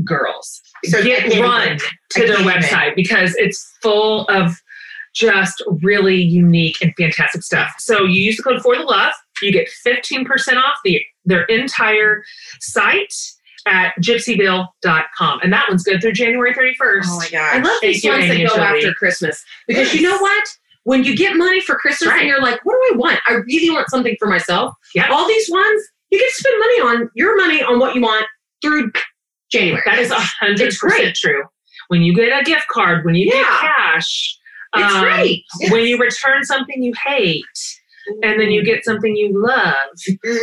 A: girls.
C: So I
A: Get
C: can't
A: run
C: even-
A: to their
C: can't even.
A: website because it's full of just really unique and fantastic stuff. So you use the code for the love, you get 15% off the their entire site at gypsyville.com. And that one's good through January 31st.
C: Oh my
B: I
C: gosh.
B: love
A: Thank
B: these
A: you,
B: ones that
A: Amy
B: go
A: and Jolie.
B: after Christmas because you know what? When you get money for Christmas
A: Right.
B: and you're like, what do I want? I really want something for myself.
A: Yeah.
B: All these ones, you get to spend money on your money on what you want through January.
A: That is a hundred
B: It's great.
A: percent true. When you get a gift card, when you get
B: Yeah.
A: cash,
B: It's
A: um,
B: great.
A: When you return something you hate, and then you get something you love.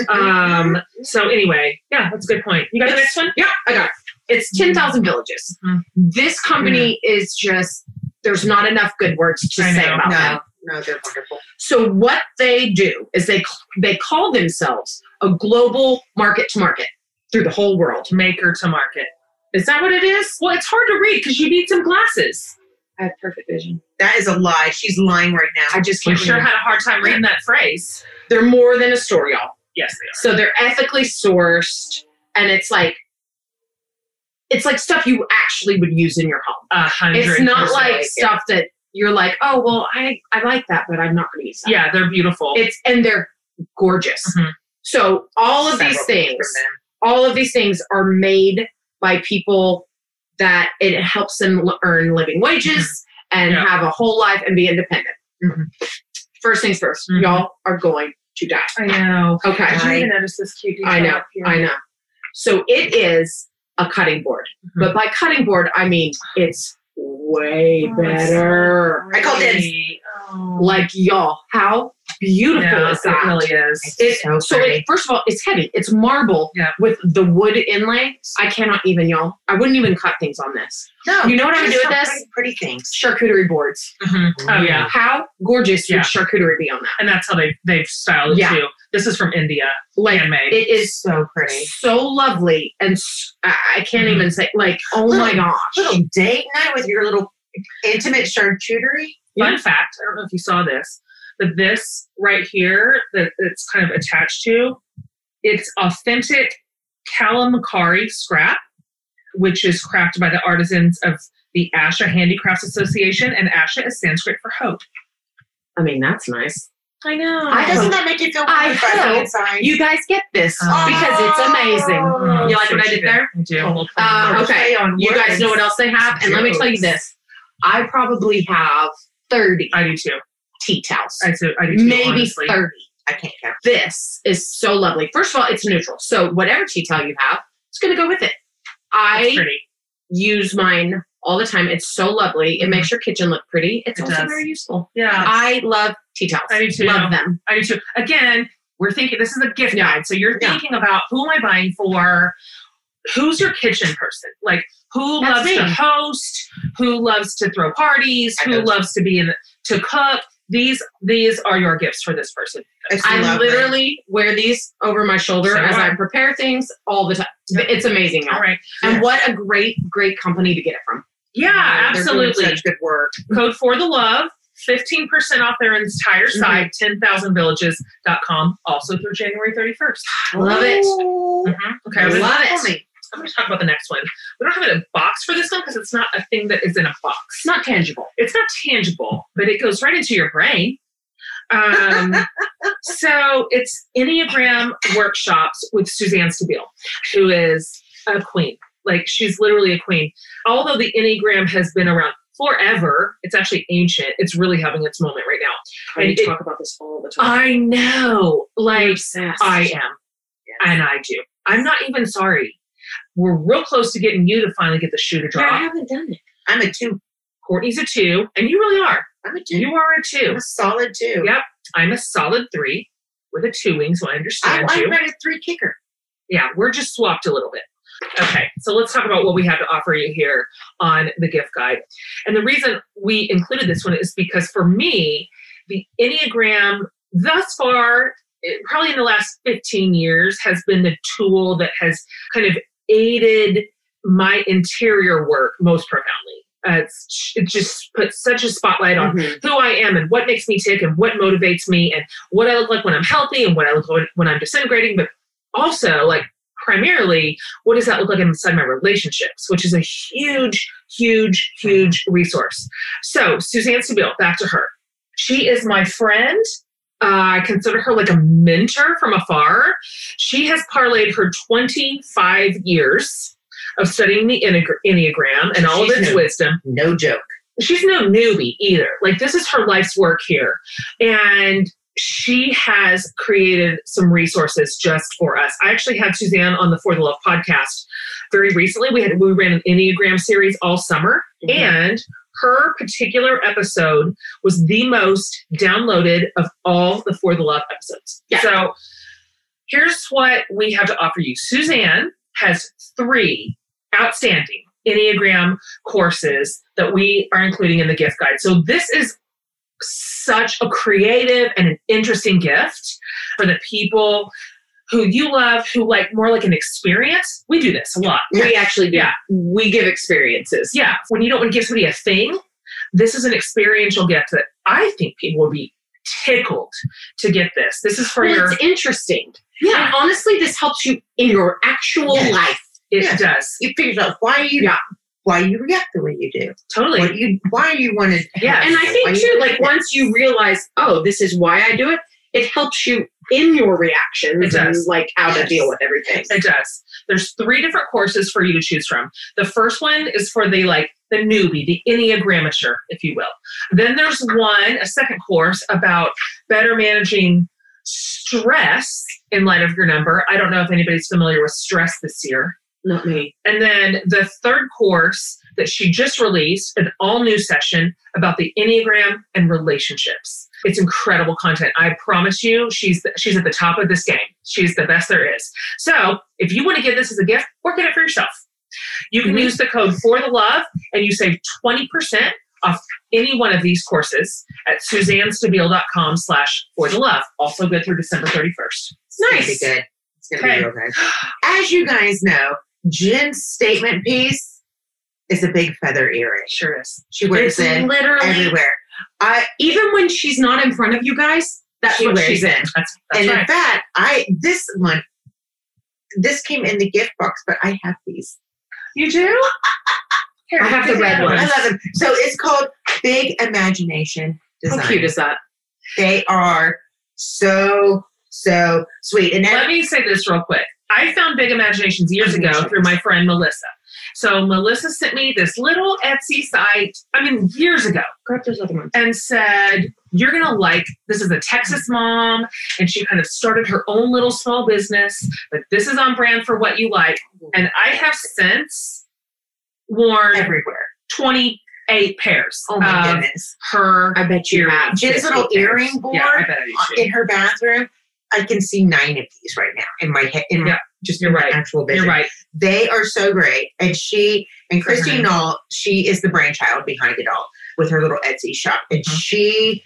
A: Um, so anyway, yeah, that's a good point. You got the next one? Mm-hmm.
B: Yeah, I got it. It's 10,000 villages.
A: Mhm.
B: This company is just, there's not enough good words to
A: I
B: say
A: know.
B: about them.
C: no, no, they're wonderful.
B: So what they do is they they call themselves a global market to market through the whole world.
A: Maker to market.
B: Is that what it is?
A: Well, it's hard to read because you need some glasses.
B: I have perfect vision.
C: That is a lie. She's lying right now.
B: I just
A: We
B: can't.
A: sure
B: Sure.
A: had a hard time reading that phrase.
B: They're more than a store, y'all.
A: Yes, they
B: So they're ethically sourced, and it's like it's like stuff you actually would use in your home.
A: are. A hundred.
B: It's not
A: percent.
B: like
C: like it.
B: stuff that you're like, oh well, I I like that, but I'm not going to use that.
A: Yeah, they're beautiful.
B: It's and they're gorgeous.
A: Mhm.
B: So all of these
C: Several
B: things.
C: from them.
B: all of these things are made by people that it helps them l- earn living wages and
A: Mm-hmm. Yeah. Mm-hmm.
B: have a whole life and be independent.
C: Mhm.
B: First things 1st you
A: Mhm.
B: y'all are going to die.
A: I know.
B: Okay,
A: Did you
C: I-
A: even notice this cute detail
B: I know,
A: up here?
B: I know. So it is a cutting board,
A: Mhm.
B: but by cutting board, I mean it's way
A: Oh, it's so
B: better.
C: I call dibs.
A: Really? Oh.
B: Like y'all, how beautiful
A: No,
B: is that?
A: It really is.
B: It-
C: so,
B: So it,
C: pretty.
B: first of all, it's heavy. It's marble
A: Yeah.
B: with the wood inlay. I cannot even, y'all. I wouldn't even cut things on this.
A: Oh,
C: no,
B: you know what I would
C: just
B: do with
C: some
B: this?
C: Pretty, pretty things.
B: Charcuterie boards.
A: Mhm. Oh yeah,
B: How gorgeous
A: Yeah.
B: would charcuterie be on that?
A: and that's how they they've styled it
B: Yeah.
A: too. This is from India,
B: Like
A: handmade.
B: it is
C: So pretty.
B: so lovely, and s- I I can't
A: Mhm.
B: even say like, oh my gosh.
C: Little date night with your little intimate charcuterie.
A: Fun fact: I don't know if you saw this, but this right here that it's kind of attached to, it's authentic calamari scrap, which is crafted by the artisans of the Asha Handicrafts Association, and Asha is Sanskrit for hope.
B: I mean, that's nice.
A: I know.
B: I
C: Doesn't that make you feel
B: I
C: warm and fuzzy
B: hope
C: inside?
B: You guys get this
A: Oh.
B: because it's amazing. You like what I did there?
A: I do. Hold
B: Uh,
A: on.
B: okay,
C: on
B: You guys know what else they have, and let me tell you this: I probably have thirty
A: I do too.
B: tea towels,
A: I do. I do too.
B: maybe
A: honestly.
B: thirty.
C: I can't count.
B: this is so lovely. First of all, it's neutral. So whatever tea towel you have, it's going to go with it.
A: It's
B: I
A: pretty.
B: use mine all the time. It's so lovely. It makes your kitchen look pretty. It's
A: Mm-hmm. It
B: also
A: does.
B: very useful.
A: Yeah.
B: I love tea towels.
A: I do too.
B: Love them.
A: I do too. Again, we're thinking this is a gift
B: Yeah.
A: guide. So you're
B: Yeah.
A: thinking about who am I buying for? Who's your kitchen person? Like, who
B: That's
A: loves
B: me.
A: to host, who loves to throw parties,
C: I
A: who
C: know.
A: loves to be in to cook. These these are your gifts for this person.
C: It's
B: I
C: lovely.
B: literally wear these over my shoulder
A: So
B: as
A: do
B: I
A: I.
B: prepare things all the time.
A: Yeah.
B: It's amazing.
A: All right.
B: And what a great, great company to get it from.
A: Yeah,
C: They're doing
A: absolutely.
C: Such good work.
A: Code for the love. 15% off their entire site, 10,000villages.com, also through January 31st.
B: I love it.
C: Ooh.
A: Mhm. Okay,
B: I
A: I'm gonna-
B: love it.
C: Tell me.
A: I'm going to talk about the next one. We don't have it in a box for this one because it's not a thing that is in a box.
B: It's not tangible.
A: It's not tangible, but it goes right into your brain. Um, so it's Enneagram workshops with Suzanne Stabile, who is a queen. Like she's literally a queen. Although the Enneagram has been around forever, it's actually ancient. It's really having its moment right now.
B: I
A: And it-
B: talk about this all the time.
A: I know. Like
B: obsessed.
A: I am. And I do. I'm not even sorry. We're real close to getting you to finally get the shoe to
B: I
A: drop.
B: haven't done it.
C: I'm a two.
A: Courtney's a two, and you really are.
C: I'm a 2
A: You are a
C: I'm
A: two.
C: a solid two.
A: Yeah, I'm a solid three with a two wing, so I
C: I,
A: understand
C: I'm
A: you.
C: not a three kicker.
A: Yeah, we're just swapped a little bit. Okay, so let's talk about what we have to offer you here on the gift guide. And the reason we included this one is because for me, the Enneagram thus far, it- probably in the last 15 years, has been the tool that has kind of aided my interior work most profoundly. Uh, it's, it just puts such a spotlight on
C: Mm-hmm.
A: who I am and what makes me tick and what motivates me and what I look like when I'm healthy and what I look like when I'm disintegrating, but also like primarily what does that look like inside my relationships, which is a huge, huge, huge resource. So Suzanne Stabile, back to her. She is my friend. Uh, I consider her like a mentor from afar. She has parlayed her 25 years of studying the Enneag- Enneagram and all of
C: She's
A: its
C: new.
A: wisdom
C: No joke.
A: she's no newbie either. Like this is her life's work here. And she has created some resources just for us. I actually had Suzanne on the For the Love podcast very recently. We had we ran an Enneagram series all summer
B: Mhm.
A: and her particular episode was the most downloaded of all the For the Love episodes.
B: Yeah.
A: So here's what we have to offer you. Suzanne has three outstanding Enneagram courses that we are including in the gift guide. So this is such a creative and an interesting gift for the people who you love who like more like an experience. We do this a lot.
B: We actually do.
A: Yeah.
B: We give experiences.
A: Yeah, when you don't want to give somebody a thing, this is an experiential gift that I think people will be tickled to get this. This is for
B: Well,
A: your
B: it's interesting.
A: yeah.
B: And honestly, this helps you in your actual
C: Yes.
B: life.
A: It
C: Yeah.
A: does
C: You figured out why you
B: Yeah.
C: why you react the way you do.
A: totally.
C: what you why you wanted.
A: Yeah,
B: And I think too, like once you realize, oh, this is why I do it, it helps you in your reactions
A: It does.
B: and like how to
C: Yes.
B: deal with everything.
A: It does. There's three different courses for you to choose from. The first one is for the like the newbie, the enneagramateur, if you will. Then there's one, a second course about better managing stress in light of your number. I don't know if anybody's familiar with stress this year.
B: Not me.
A: And then the third course that she just released, an all new session about the Enneagram and relationships. It's incredible content. I promise you, she's she's at the top of this game. She's the best there is. So if you want to give this as a gift or get it for yourself, you can
B: Mhm.
A: use the code for the love and you save 20% off any one of these courses at suzannestabile.com slash for the love. Also good through December 31st.
C: It's
B: Nice.
C: gonna be good. It's gonna
A: Okay.
C: be real good. As you guys know, Jen's statement piece is a big feather earring.
A: Sure is.
C: She wears
B: It's
C: it
B: literally
C: everywhere. I
B: even when she's not in front of you guys, that's
C: She
B: what
C: wears
B: she's
C: it.
B: in.
A: That's, that's
C: and
A: right.
C: in fact, I this one this came in the gift box, but I have these.
A: You do? Here,
B: I have the
A: pick it
B: red
A: up.
B: one.
C: I love them. So it's called Big Imagination Design.
B: How cute is that?
C: they are so so sweet. And
A: Let
C: that,
A: me say this real quick. I found Big Imaginations years ago through my friend Melissa. So Melissa sent me this little Etsy site, I mean, years ago,
B: Grab those other ones.
A: and said, You're going to like this. is a Texas mom. And she kind of started her own little small business, but this is on brand for what you like. And I have since worn
C: everywhere.
A: 28 pairs
C: Oh my
B: Um,
A: of
C: goodness.
A: her.
B: I bet you have.
C: Jen's little earring board.
A: Yeah, I bet I do
C: uh,
A: too.
C: in her bathroom, I can see nine of these right now in my head. In my,
A: Yeah,
C: just
A: you're
C: in my
A: right.
C: actual vision.
A: You're right.
C: They are so great, and she And Christine Knoll, she is the brainchild behind it all with her little Etsy shop. And
A: Mhm.
C: she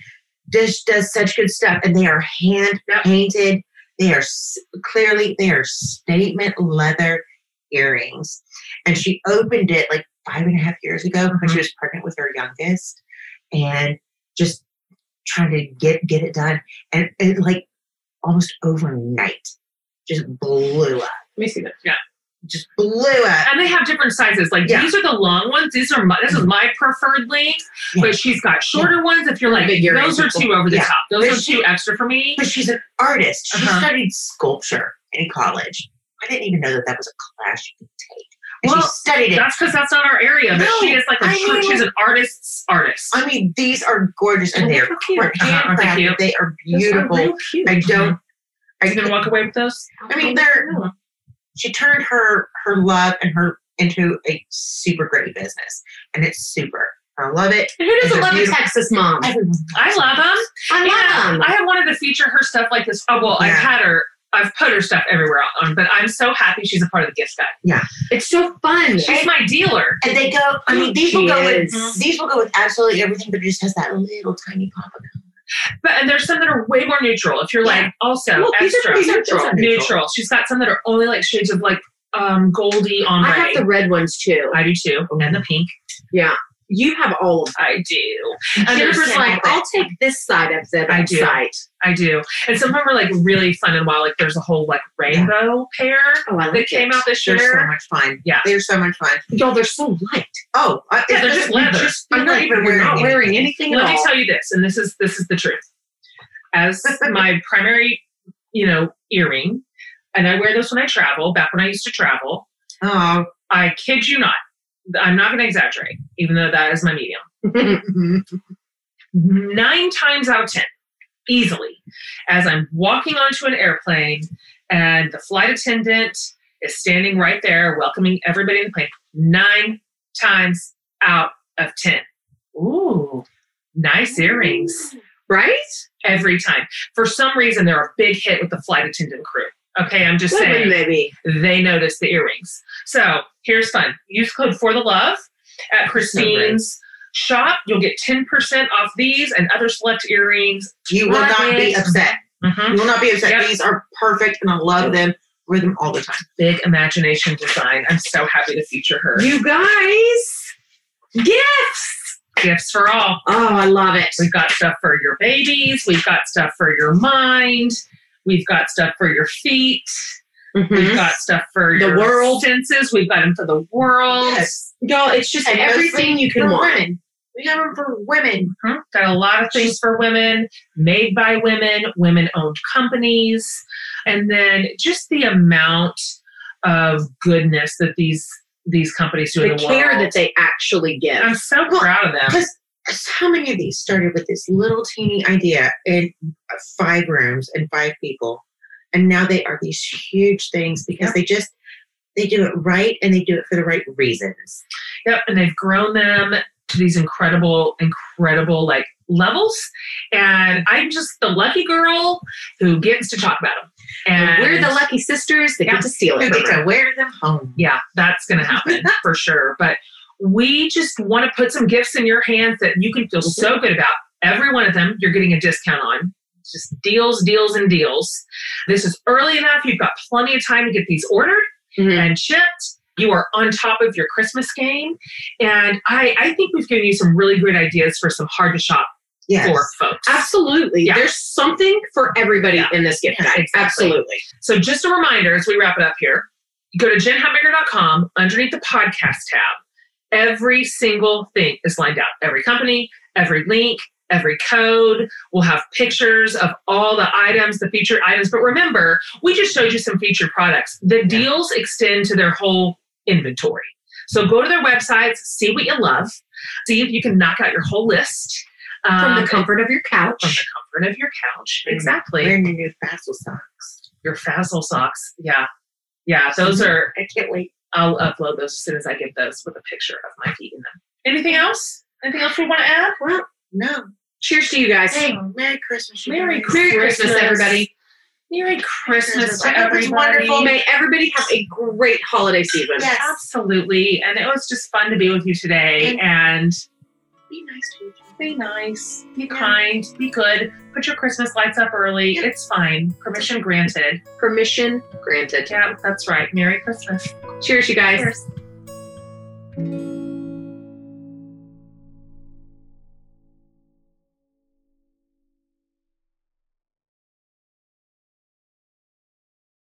C: just does such good stuff. And they are hand
B: Yep.
C: painted. They are s- clearly, they are statement leather earrings. And she opened it like five and a half years ago when she was pregnant with her youngest and just trying to get, get it done. And it like almost overnight just blew up,
B: Let me see that.
C: just blew up.
A: And they have different sizes. Like
C: Yeah. Mm-hmm.
A: these are the long ones. These are my, this is my preferred length.
C: Yeah.
A: But she's got shorter ones. If you're like,
B: Big earrings
A: those are too over the
C: Yeah.
A: top. Those
C: There's-
A: are too extra for me.
C: but she's an artist. She
A: Uh-huh.
C: studied sculpture in college. I didn't even know that that was a class you could take. And
A: Well,
C: she studied it.
A: That's because that's not our area. But
C: No,
A: she is like a
C: I
A: tr- she's an artist's artist.
C: I mean, these are gorgeous and
B: Oh,
C: they are
B: look how cute.
C: handcrafted.
A: Uh-huh, aren't they cute?
C: They are
B: Those are
C: beautiful.
B: real cute.
C: I don't.
A: Are you gonna
C: I,
A: walk away with those?
C: I mean, they're. She turned her her love and her into a super great business, and it's super. I love it.
B: And who doesn't
C: They're
B: love a
C: beautiful.
B: Texas mom?
C: Everyone loves
A: I
C: it.
A: love them.
B: I love
A: Yeah,
B: them.
A: I have wanted to feature her stuff like this. Oh well, I've
C: Yeah.
A: had her. I've put her stuff everywhere on, but I'm so happy she's a part of the gift guide.
B: It's so fun.
A: She's my dealer.
C: And they go. I mean, these
B: She
C: will go
B: is.
C: with these will go with absolutely everything, but it just has that little tiny pop of
A: But and there's some that are way more neutral. If you're like also
C: Well, these
A: extra
C: are pretty neutral.
A: neutral. She's got some that are only like shades of like um goldy on
B: I have the red ones too.
A: I do too, and the pink.
B: You have all of them.
A: I do,
C: I
B: Jennifer's
C: understand
B: like,
C: that.
B: I'll take this side of the
A: I do.
B: side.
A: I do. And some of them are like really fun and wild. Like there's a whole like rainbow pair
B: Oh, I like
A: that came
B: it.
A: out this
C: They're so
A: year.
C: much fun.
A: Yeah.
C: they're so much fun.
B: Y'all, they're so light.
C: Oh, I,
A: Yeah, they're just leather.
C: I'm not even wearing
B: not
C: anything.
B: wearing anything at
A: Let me
B: all.
A: tell you this, and this is this is the truth. As my primary, you know, earring, and I wear this when I travel. Back when I used to travel,
C: Oh,
A: I kid you not, I'm not going to exaggerate, even though that is my medium.
C: mhm.
A: Nine times out of ten, easily, as I'm walking onto an airplane, and the flight attendant is standing right there, welcoming everybody in the plane. Nine times out of ten, ooh, nice earrings.
B: right?
A: every time. For some reason, they're a big hit with the flight attendant crew. Okay, I'm just
B: What would
A: saying
B: they be?
A: they notice the earrings. So here's fun use code for the love at Christine's shop. You'll get 10% off these and other select earrings.
C: you will not be
A: Right.
C: upset.
B: Mm-hmm.
A: Mhm.
C: You will not be upset.
A: Yep.
C: These are perfect, and I love them. Wear them all the time.
A: Big imagination design. I'm so happy to feature her.
B: You guys, gifts.
A: Gifts for all.
B: Oh, I love it.
A: We've got stuff for your babies, we've got stuff for your mind, we've got stuff for your feet. We've
B: Mhm.
A: got stuff for
B: The
A: your
B: world.
A: senses. We've got them for the world.
C: Yes,
B: Y'all, it's just
C: And
B: everything you
C: for
B: can want.
C: women. We have them for women.
A: Mhm. Got a lot of things for women, made by women, women owned companies. And then just the amount of goodness that these these companies do
B: The
A: in the
B: care
A: world.
B: that they actually give.
A: I'm so
C: Well,
A: proud of them.
C: Because how many of these started with this little teeny idea in five rooms and five people, and now they are these huge things because they just they do it right and they do it for the right reasons.
A: Yep. And they've grown them to these incredible, incredible like levels. And I'm just the lucky girl who gets to talk about them. And
B: We're the lucky sisters that
A: Yeah.
B: get to steal
C: Who
B: it.
C: get
B: From her.
C: to wear them home?
A: yeah, that's going to happen for sure. But we just want to put some gifts in your hands that you can feel so good about. Every one of them, you're getting a discount on. It's Just deals, deals, and deals. This is early enough. You've got plenty of time to get these ordered
B: Mhm.
A: and shipped. You are on top of your Christmas game. And I, I think we've given you some really great ideas for some hard to shop
C: Yes.
A: for folks.
B: Absolutely.
A: Yeah.
B: There's something for everybody
A: Yeah.
B: in this gift
A: Yeah,
B: guide.
A: exactly.
B: Absolutely.
A: So just a reminder as we wrap it up here, go to jenhutmaker.com underneath the podcast tab. Every single thing is lined out. Every company, every link, every code. We'll have pictures of all the items, the featured items. But remember, we just showed you some featured products. The deals extend to their whole inventory. So go to their websites, see what you love, see if you can knock out your whole list
B: From
A: um,
B: the comfort of your
A: from
B: couch. Mm-hmm.
A: the comfort of your couch.
C: Mhm.
A: Exactly
C: Wearing your new Fassel socks.
A: your Fassel socks. Yeah. Yeah. Those are,
C: I can't wait.
A: I'll upload those as soon as I get those with a picture of my feet in them. Anything else? Anything else we want to add?
C: No.
B: Cheers to you guys.
C: Hey, Merry Christmas. you
A: Merry
C: guys.
A: Christmas.
B: Merry Christmas, everybody.
A: Merry Christmas to
C: I hope it's
A: everybody.
C: wonderful.
B: May everybody have a great holiday season.
C: Yes.
A: Absolutely. And it was just fun to be with you today. And be nice to each other. Be nice. Be kind. Be good. Put your Christmas lights up early.
C: Yeah.
A: It's fine. Permission granted.
B: Permission granted.
A: Yeah, that's right. Merry Christmas.
B: Cheers, you guys.
A: Cheers.